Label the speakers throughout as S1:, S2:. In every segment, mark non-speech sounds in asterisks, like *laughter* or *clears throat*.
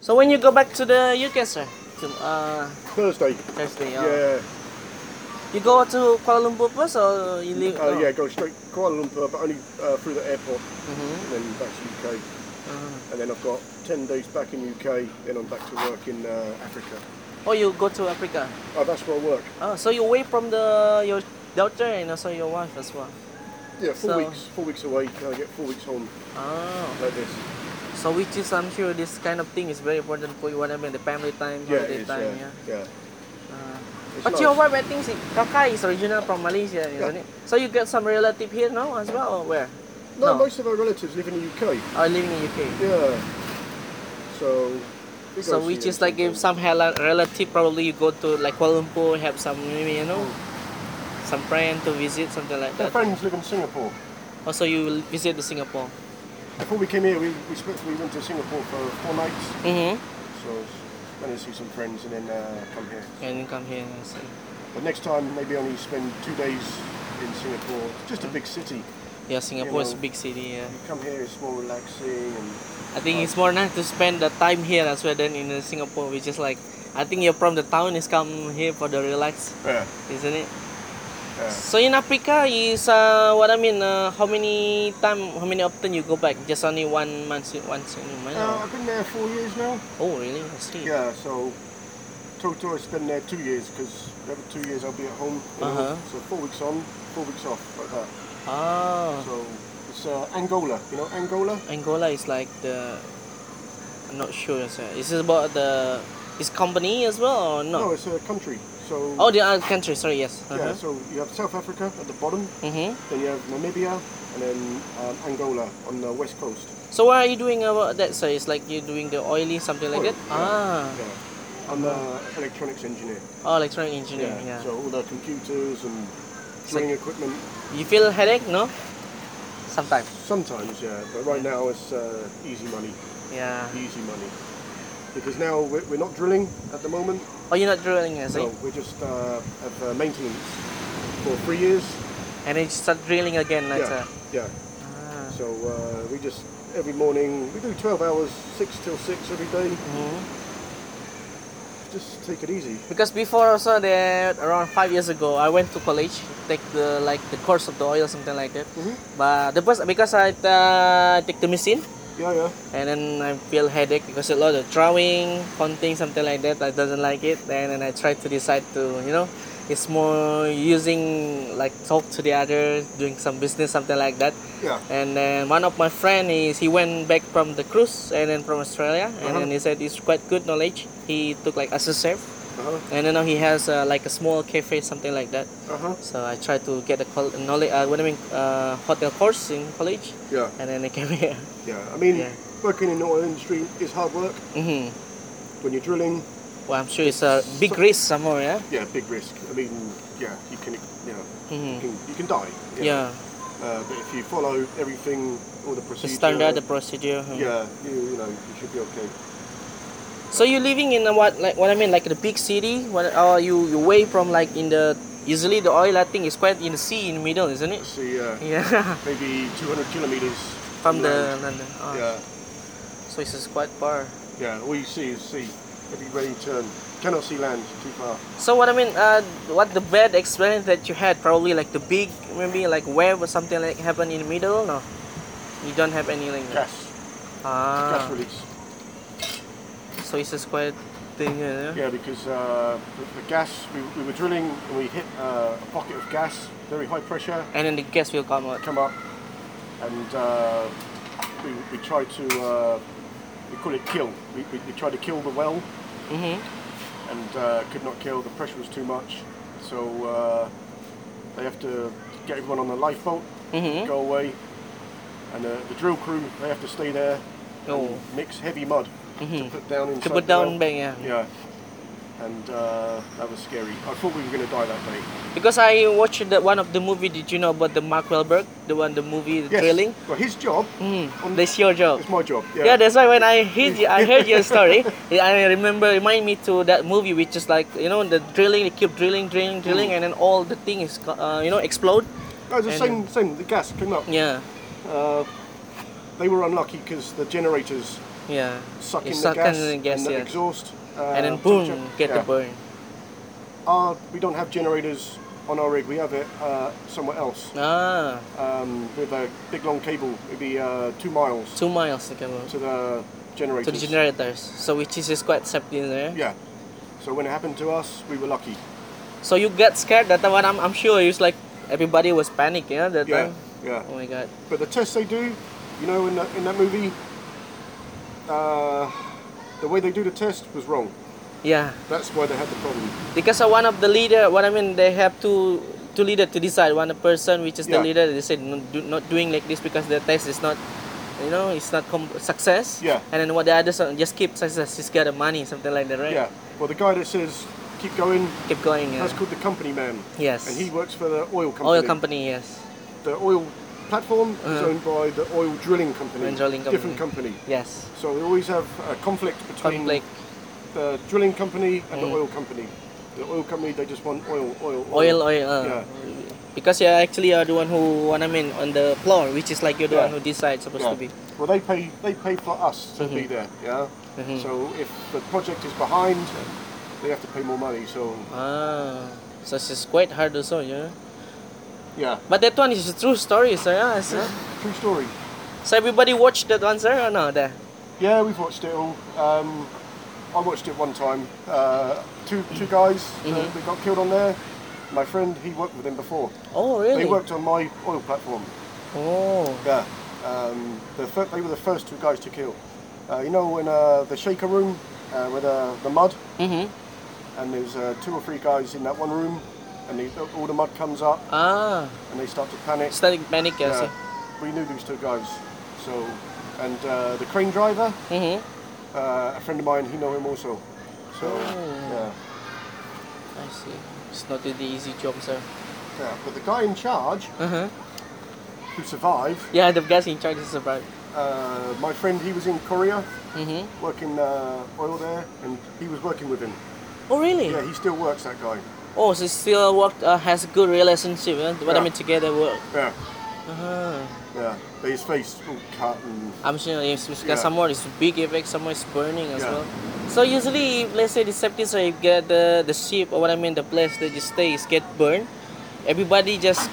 S1: So when you go back to the UK, sir, to, uh,
S2: Thursday.
S1: Thursday, uh,
S2: Yeah.
S1: you go to Kuala Lumpur first or you leave?
S2: Uh, yeah, go straight Kuala Lumpur, but only uh, through the airport,
S1: hmm
S2: and then back to UK.
S1: Uh-huh.
S2: And then I've got 10 days back in UK, then I'm back to work in uh, Africa.
S1: Oh, you go to Africa.
S2: Oh, that's where I work.
S1: Oh, so you're away from the your daughter and also your wife as well.
S2: Yeah, four
S1: So-
S2: weeks, four weeks away, and I get four weeks home
S1: Oh,
S2: like this.
S1: so which is I'm sure this kind of thing is very important for you. What I mean, the family time,
S2: Yeah,
S1: holiday
S2: it is,
S1: time,
S2: yeah.
S1: yeah.
S2: yeah.
S1: Uh,
S2: It's
S1: but
S2: nice.
S1: your wife, I think, she, Kakak is original from Malaysia, isn't
S2: Yeah.
S1: it? So you get some relative here now as well, or where?
S2: No,
S1: no.
S2: most of our relatives live in the UK.
S1: Or living in UK.
S2: Yeah. So. we
S1: So
S2: go
S1: which
S2: see
S1: is
S2: them
S1: like if
S2: sometimes.
S1: some hella- relative probably you go to like Kuala Lumpur have some maybe you know some friend to visit something like that.
S2: Their friends live in Singapore.
S1: Also you will visit the Singapore.
S2: Before we came here, we, we spent we went to Singapore for four nights.
S1: Mm-hmm.
S2: So managed to see some friends and then uh, come here.
S1: And then come here and see.
S2: But next time, maybe only spend two days in Singapore. It's just a big city.
S1: Yeah, Singapore is
S2: know.
S1: big city. Yeah,
S2: You come here, it's more relaxing and
S1: I think it's more nice to spend the time here as well than in uh, Singapore, which is like I think you're from the town is come here for the relax,
S2: yeah,
S1: isn't it?
S2: yeah.
S1: So in Africa is uh, what I mean. Uh, how many time? How many often you go back? Just only one month, once in a month.
S2: Uh,
S1: or-
S2: I've been there four years now.
S1: oh really? I see.
S2: Yeah, so total I spend there two years because every two years I'll be at home. you know.
S1: Uh-huh.
S2: So four weeks on, four weeks off like that.
S1: Ah.
S2: So it's uh, Angola. You know Angola?
S1: Angola is like the I'm not sure sir. Is it about the is company as well or
S2: No,
S1: not?
S2: it's a country. So
S1: Oh the other country, sorry, yes.
S2: yeah,
S1: Uh-huh.
S2: so you have South Africa at the bottom,
S1: hmm
S2: then you have Namibia, and then um, Angola on the west coast.
S1: So what are you doing about that sir? It's like you're doing the oily something like
S2: Oil,
S1: that?
S2: yeah,
S1: Ah.
S2: Yeah. I'm an electronics engineer.
S1: Oh electronic engineer, yeah.
S2: So all the computers and
S1: It's
S2: drilling equipment.
S1: You feel headache, no? Sometimes.
S2: Sometimes, yeah, but right now it's uh, easy money,
S1: Uh-huh. Yeah.
S2: easy money. Because now we're, we're not drilling at the moment.
S1: Oh you're not drilling as
S2: So
S1: it?
S2: we're just uh, have uh, maintenance for three years.
S1: And then you start drilling again like
S2: yeah,
S1: that.
S2: yeah.
S1: Ah.
S2: So uh, we just every morning we do 12 hours, six till six every day.
S1: Mhm.
S2: Just take it easy.
S1: Because before also there around five years ago, I went to college take the like the course of the oil something like that.
S2: Mhm.
S1: But the first because I uh, take the machine
S2: Yeah, yeah.
S1: and then I feel headache because a lot of drawing, counting something like that. I doesn't like it. And then I try to decide to you know, it's more using like talk to the other, doing some business something like that. *laughs*
S2: Yeah.
S1: And then one of my friend is he went back from the cruise and then from Australia and
S2: Uh-huh.
S1: then he said it's quite good knowledge. He took like as a chef
S2: Uh-huh.
S1: and then now he has uh, like a small cafe something like that
S2: Uh-huh.
S1: so i tried to get a col- knowledge uh, what i mean uh, hotel course in college
S2: Yeah,
S1: and then i *laughs* came here
S2: yeah. I mean,
S1: Yeah.
S2: working in the oil industry is hard work.
S1: hmm
S2: When you're drilling,
S1: well i'm sure it's a big
S2: Mm-hmm. So-
S1: risk somewhere yeah
S2: yeah, big risk. I mean, yeah, you can, you know, you,
S1: hmm
S2: can, you can die. you know.
S1: yeah
S2: Uh, but if you follow everything, all the
S1: the
S2: procedure.
S1: standard the procedure hmm.
S2: Yeah, you, you know, you should be okay.
S1: so you're living in a what like what i mean like the big city what are you you away from like in the usually the oil i think is quite in the sea in the middle isn't it *laughs*
S2: See, uh,
S1: yeah
S2: maybe 200 kilometers
S1: from the
S2: inland.
S1: London. Oh,
S2: Yeah,
S1: so it's quite far
S2: yeah. All you see is sea. Everywhere you turn, cannot see land. Too far.
S1: So what I mean, uh, what the bad experience that you had, probably like the big, maybe like wave or something like happened in the middle, no? You don't have any like that?
S2: Gas, gas
S1: Ah,
S2: release.
S1: so it's just quite thing, uh, yeah?
S2: Yeah, because uh, the, the gas. We, we were drilling and we hit uh, a pocket of gas. Very high pressure.
S1: And then the gas will come out.
S2: come up and uh, we, we try to uh, we call it kill we, we, we tried to kill the well
S1: Mm-hmm.
S2: and uh, could not kill the pressure was too much so uh, they have to get everyone on the lifeboat
S1: Mm-hmm.
S2: go away and uh, the drill crew they have to stay there
S1: Oh.
S2: and mix heavy mud to
S1: Mhm.
S2: put down inside
S1: To put
S2: the
S1: down
S2: well.
S1: bang, yeah.
S2: yeah and uh, that was scary I thought we were going to die that day
S1: Because I watched the, one of the movie, did you know about the Mark Wahlberg? The one, the movie, the
S2: yes
S1: drilling?
S2: well his job
S1: Mm.
S2: On-
S1: That's your job.
S2: it's my job
S1: Yeah, that's why when I
S2: *laughs*
S1: heard you, I heard your story, I remember remind me to that movie which is like you know the drilling, they keep drilling, drilling,
S2: Mm.
S1: drilling, and then all the thing is co- uh, you know explode.
S2: No, Oh, the
S1: And-
S2: same, same. The gas came up.
S1: Yeah.
S2: Uh, they were unlucky because the generators
S1: Yeah.
S2: suck
S1: You
S2: in
S1: suck
S2: the gas
S1: in the gas,
S2: and the
S1: yeah.
S2: exhaust, uh,
S1: and then boom,
S2: temperature.
S1: get
S2: Yeah.
S1: the burn.
S2: Our, we don't have generators on our rig. We have it uh, somewhere else
S1: Ah,
S2: um, with a big long cable. It'd be uh, two miles
S1: two miles to come up.
S2: to the
S1: To
S2: generators.
S1: the generators. So which is just quite safety in there.
S2: Yeah. So when it happened to us, we were lucky.
S1: So you got scared that time. I'm, I'm sure it's like everybody was panic, yeah, that
S2: Yeah.
S1: time.
S2: Yeah.
S1: Oh my god.
S2: But the tests they do, you know, in that in that movie, uh, the way they do the test was wrong.
S1: Yeah.
S2: That's why they had the problem.
S1: Because uh, one of the leader, what I mean, they have to two leader to decide. One person, which is the
S2: Yeah.
S1: leader, they said no, do, not doing like this because the test is not, you know, it's not com- success.
S2: Yeah.
S1: And then what the others uh, just keep success, just get the money, something like that, right?
S2: Yeah. Well, the guy that says keep going,
S1: Keep going. Yeah.
S2: that's called the company man,
S1: yes.
S2: and he works for the oil company.
S1: Oil company, yes.
S2: The oil platform is
S1: Uh-huh.
S2: owned by the oil drilling company.
S1: Oil drilling
S2: Different company.
S1: Yes.
S2: So we always have a conflict between
S1: Conflict.
S2: the drilling company and the
S1: Mm.
S2: oil company. The oil company they just want oil, oil,
S1: Oil, oil. Uh,
S2: Yeah.
S1: Because you're actually are the one who, what I mean, on the floor, which is like you're the
S2: Yeah.
S1: one who decides supposed
S2: Yeah.
S1: to be.
S2: Well, they pay they pay for us to
S1: Mm-hmm.
S2: be there. Yeah.
S1: Mhm.
S2: So if the project is behind, they have to pay more money. So
S1: Ah, so it's quite hard also, yeah.
S2: yeah,
S1: But that one is a true story, sir. Yeah? It's-
S2: yeah. true story.
S1: So everybody watched that one, sir, or no? There.
S2: Yeah, we've watched it all. Um, I watched it one time. Uh, two two guys that,
S1: Mm-hmm.
S2: that got killed on there. My friend, he worked with them before.
S1: Oh, really?
S2: They worked on my oil platform.
S1: Oh,
S2: Yeah. Um, the fir- they were the first two guys to kill. Uh, you know, in uh, the shaker room uh, with uh, the mud,
S1: mm-hmm.
S2: and there's uh, two or three guys in that one room, and they, all the mud comes up,
S1: Ah,
S2: and they start to panic.
S1: static panic, yeah.
S2: Yeah, we knew these two guys. So, and uh, the crane driver,
S1: Mm-hmm.
S2: uh, a friend of mine, he know him also. So,
S1: Oh. I see. It's not the easy job, sir.
S2: yeah, yeah. But the guy in charge,
S1: Uh-huh.
S2: who survived,
S1: Yeah, the guys in charge is about.
S2: uh, my friend, he was in Korea
S1: Mm-hmm.
S2: working uh, oil there, and he was working with him.
S1: Oh, really?
S2: Yeah, he still works that guy.
S1: Oh, so still worked, uh, has good relationship, yeah? What I
S2: Yeah.
S1: mean, together work.
S2: Yeah,
S1: Uh-huh.
S2: yeah. But his face all cut and
S1: I'm sure it's because
S2: Yeah.
S1: somewhere it's big effect, somewhere it's burning as
S2: Yeah.
S1: well. So usually, if, let's say the safety, so you get the the ship or what I mean, the place that you stay is get burned. Everybody just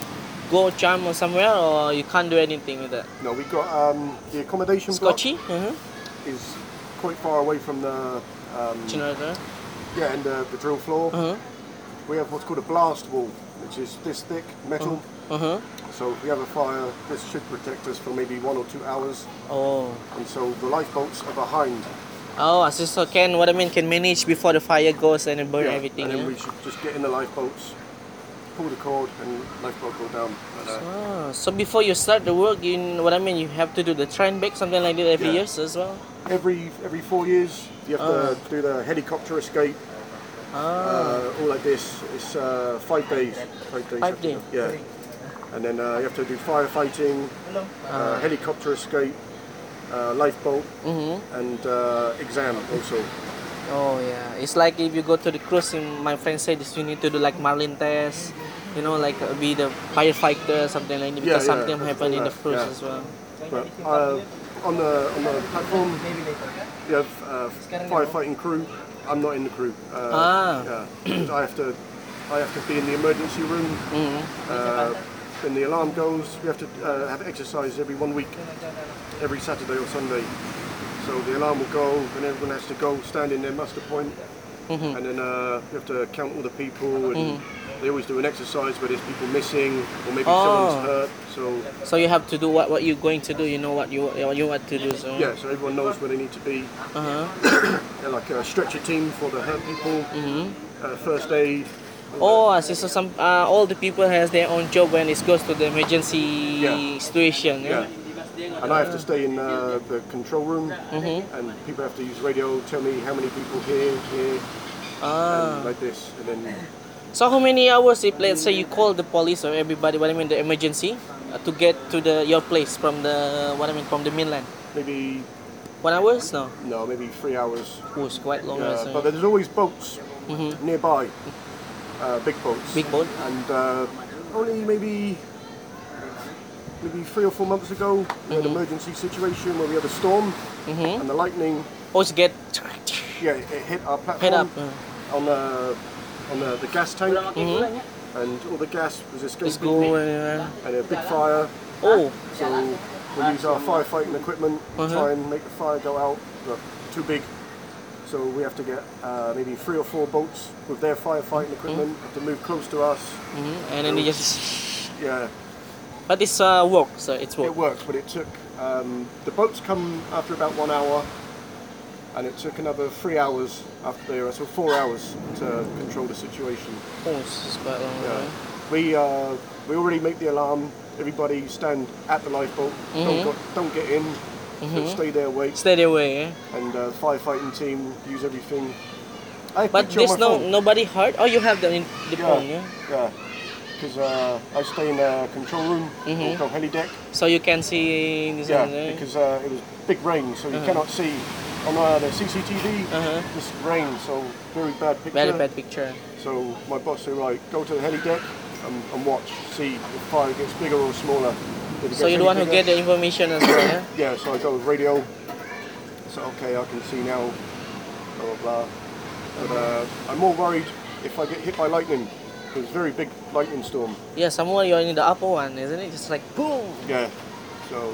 S1: go jump or somewhere, or you can't do anything with that.
S2: no, we got um, the accommodation
S1: Scotchy, uh-huh.
S2: block is quite far away from the um,
S1: generator,
S2: yeah and uh, the, the drill floor.
S1: uh-huh,
S2: We have what's called a blast wall, which is this thick metal.
S1: uh-huh.
S2: So if we have a fire, this should protect us for maybe one or two hours.
S1: Oh,
S2: And so the lifeboats are behind.
S1: oh, so, so can what I mean can manage before the fire goes and then burn
S2: Yeah,
S1: everything.
S2: And then
S1: yeah?
S2: we should just get in the lifeboats, pull the cord, and lifeboat go down. uh, Like
S1: Ah,
S2: that.
S1: so before you start the work, in what I mean, you have to do the train back, something like that every
S2: Yeah.
S1: years as well.
S2: Every every four years, you have
S1: Oh.
S2: to do the helicopter escape.
S1: Ah,
S2: Uh, all like this. It's uh, five days. Five days.
S1: Five
S2: you have to do. Yeah. And then uh, you have to do firefighting,
S1: Ah.
S2: uh, helicopter escape, uh, lifeboat,
S1: mm-hmm.
S2: and uh, exam also.
S1: Oh yeah, it's like if you go to the cruise. and My friend said this, you need to do like Marlin test, you know, like uh, be the firefighter, something like that.
S2: Yeah,
S1: Because
S2: yeah,
S1: something
S2: that's
S1: happened in the
S2: correct,
S1: cruise
S2: yeah.
S1: as well.
S2: But uh, on the on the platform, you have uh, firefighting crew. I'm not in the crew. Uh,
S1: Ah.
S2: yeah. *clears throat* I have to I have to be in the emergency room.
S1: Mm-hmm.
S2: Uh, when the alarm goes, we have to uh, have exercise every one week, every Saturday or Sunday. So the alarm will go, and everyone has to go stand in their muster point,
S1: Mm-hmm.
S2: and then uh, you have to count all the people. And They always do an exercise where there's people missing, or maybe
S1: Oh.
S2: someone's hurt. So
S1: So you have to do what, what you're going to do. You know what you what you want to do. So
S2: Yeah, so everyone knows where they need to be.
S1: Uh-huh.
S2: They're like a stretcher team for the hurt people,
S1: Mm-hmm.
S2: uh, first aid.
S1: Oh, I see. So some uh, all the people has their own job when it goes to the emergency
S2: Yeah.
S1: situation.
S2: Yeah.
S1: Yeah.
S2: And I have to stay in uh, the control room,
S1: Mm-hmm.
S2: and people have to use radio, tell me how many people here, here,
S1: Ah.
S2: and like this. And then,
S1: So how many hours if let's say you call the police or everybody? What I mean, the emergency uh, to get to the your place from the what I mean from the mainland.
S2: maybe,
S1: One hours? No.
S2: no, maybe three hours.
S1: Oh, it's quite long.
S2: Uh,
S1: so-
S2: but there's always boats nearby, uh, big boats.
S1: Mm-hmm. Big boat?
S2: And uh, only maybe
S1: Mm-hmm.
S2: maybe three or four months ago, we had an emergency situation where we had a storm,
S1: Mhm.
S2: and the lightning,
S1: Always get
S2: yeah, it hit our
S1: head up.
S2: platform
S1: Uh,
S2: on the on uh, the, the gas tank,
S1: Mhm.
S2: and all the gas was
S1: Just
S2: escaping,
S1: go anywhere.
S2: and a big fire.
S1: Oh,
S2: So we use our firefighting equipment to
S1: Uh-huh.
S2: try and make the fire go out. but too big, so we have to get uh, maybe three or four boats with their firefighting equipment to move close to us.
S1: mhm. and then you just.
S2: Yeah,
S1: But it's uh, work, so it's
S2: it
S1: work.
S2: worked, but it took um, the boats come after about one hour, and it took another three hours after they were so four hours to control the situation.
S1: Oh, it's quite long.
S2: Yeah.
S1: right?
S2: We uh, we already make the alarm. Everybody stand at the lifeboat. Don't, go, don't get in. Don't stay there. Wait.
S1: Stay away. Eh?
S2: And uh, firefighting team use everything. I have
S1: But
S2: picture on
S1: there's
S2: my
S1: no
S2: phone.
S1: nobody hurt. Oh, you have the in the
S2: Yeah.
S1: phone, yeah.
S2: Yeah. Because uh, I stay in a control room
S1: Mm-hmm.
S2: or called heli deck.
S1: So you can see this
S2: Yeah.
S1: and that.
S2: Because uh, it was big rain, so you cannot see on uh, the CCTV.
S1: Uh-huh.
S2: This rain, so very bad picture.
S1: very bad picture.
S2: So my boss said, right, go to the heli deck and, and watch, see if fire gets bigger or smaller. If it
S1: So you
S2: gets any
S1: don't want to
S2: bigger-
S1: get the information as well. Yeah? *coughs*
S2: Yeah, so I go with radio. So okay, I can see now. Blah blah. blah. But uh, I'm more worried if I get hit by lightning. There's a very big lightning storm.
S1: yeah, somewhere you're in the upper one, isn't it? Just like boom.
S2: Yeah. So.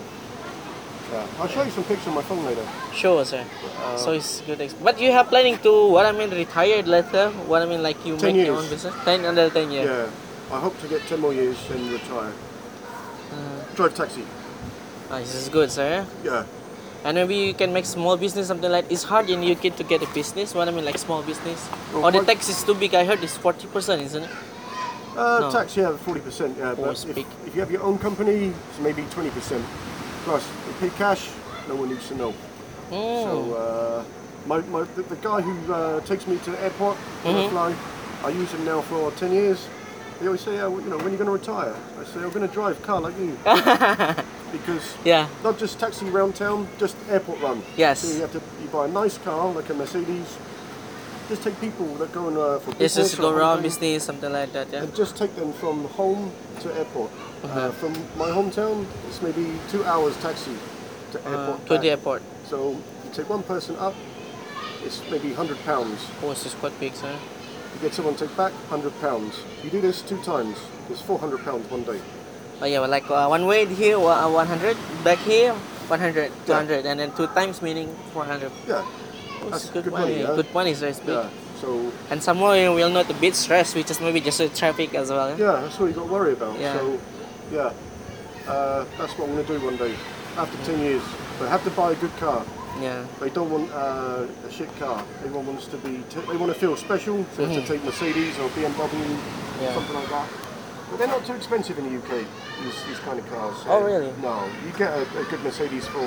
S2: Yeah. I'll show you some pictures on my phone later.
S1: Sure, sir.
S2: Uh,
S1: so it's good. Ex- but you have planning to what I mean retired later. What I mean like you
S2: 10
S1: make your own
S2: years.
S1: business. Ten under ten
S2: Yeah.
S1: years.
S2: I hope to get 10 more years and retire. Drive taxi.
S1: Ah, this is good, sir.
S2: Yeah.
S1: And maybe you can make small business something like it's hard in UK to get a business. What I mean like small business.
S2: Well,
S1: or the
S2: what-
S1: tax is too big. I heard it's forty percent, isn't it?
S2: Uh,
S1: No.
S2: Tax, yeah, 40%. Yeah,
S1: Oh,
S2: but
S1: it's
S2: if,
S1: big.
S2: if you have your own company, it's maybe 20%. Plus, you pay cash, no one needs to know.
S1: Oh.
S2: So, uh, my, my, the, the guy who uh, takes me to the airport when
S1: Mm-hmm.
S2: I fly, I use him now for 10 years. He always say, oh, you know, when are you going to retire? I say, I'm going to drive a car
S1: *laughs*
S2: like you. because
S1: Yeah.
S2: not just taxi round town, just airport run.
S1: Yes.
S2: So you have to you buy a nice car, like a Mercedes. Just take people that go on uh, for
S1: It's
S2: business.
S1: just
S2: or
S1: go around
S2: holiday
S1: business, something like that. Yeah.
S2: and just take them from home to airport. uh
S1: Uh-huh.
S2: from my hometown, it's maybe two hours taxi to
S1: Uh,
S2: airport.
S1: to
S2: back.
S1: the airport.
S2: So you take one person up, it's maybe hundred pounds.
S1: Oh, it's just quite big, sir.
S2: You get someone to take back, hundred pounds. You do this two times, it's four hundred pounds one day.
S1: Oh yeah, well, like uh, one way here, wa- uh, 100. Back here, 100, 200, and then two times meaning 400.
S2: Yeah,
S1: Oh, it's
S2: That's
S1: good,
S2: good
S1: money.
S2: money, yeah.
S1: Good money, sir. It's big.
S2: yeah. So
S1: And somehow you will not a bit stressed, which is maybe just the traffic as well. Yeah?
S2: yeah, that's all you got to worry about.
S1: Yeah.
S2: So yeah, uh, that's what I'm gonna do one day after ten years. But I have to buy a good car.
S1: Yeah.
S2: They don't want uh, a shit car. Everyone wants to be. T- they want to feel special. So they have to take Mercedes or BMW,
S1: Mm-hmm. Yeah.
S2: something like that. But they're not too expensive in the UK. These, these kind of cars. so-
S1: Oh, really?
S2: No, you get a, a good Mercedes for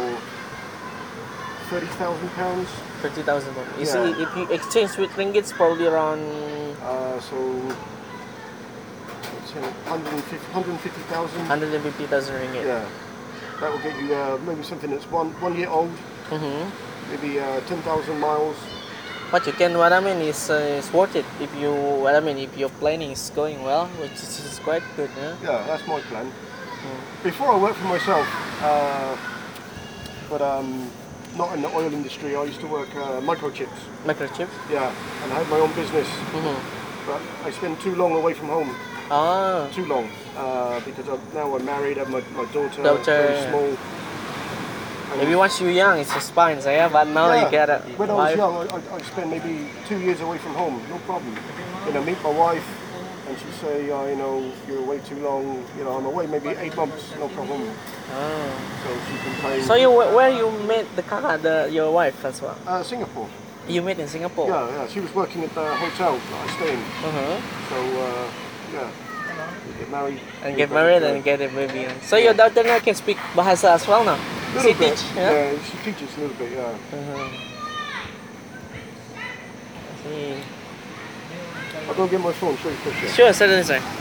S2: thirty thousand pounds.
S1: 30,000. You
S2: Yeah.
S1: see, if you exchange with ringgits, probably around.
S2: Uh, so. let's say 150 150,000.
S1: 150,000 ringgit.
S2: Yeah, that will get you uh, maybe something that's one one year old,
S1: hmm
S2: maybe uh, ten thousand miles.
S1: But you can, what I mean is, uh, it's worth it if you, what I mean, if your planning is going well, which is, is quite good, yeah?
S2: Yeah, that's my plan. Before I worked for myself, uh, but um, not in the oil industry. I used to work uh, microchips.
S1: Microchip.
S2: Yeah, and I had my own business,
S1: Mm-hmm.
S2: but I spent too long away from home.
S1: Ah.
S2: Too long uh, because I'm, now I'm married. I have my, my daughter.
S1: Daughter,
S2: Very
S1: yeah.
S2: small. And-
S1: Maybe once you're young, it's just fine, so yeah, but now
S2: Yeah,
S1: you get a
S2: When I was
S1: wife.
S2: young, I, I, I spent maybe two years away from home. No problem. You know, meet my wife. And she say, oh, you know, you're away too long. You know, I'm away maybe eight months, no problem.
S1: Ah.
S2: So she complained.
S1: So you where you met the Kaka, the your wife as well?
S2: Uh, Singapore.
S1: You met in Singapore.
S2: Yeah, yeah. She was working at the hotel that I stay in.
S1: Uh-huh.
S2: So, uh, yeah. We get married.
S1: And get married and get a baby. So your daughter now can speak Bahasa as well now.
S2: a little
S1: She
S2: bit.
S1: teach. Yeah.
S2: yeah? she teaches a little bit, yeah.
S1: Uh-huh. I see.
S2: I'll go get my phone, show you a picture.
S1: Sure, certainly sir.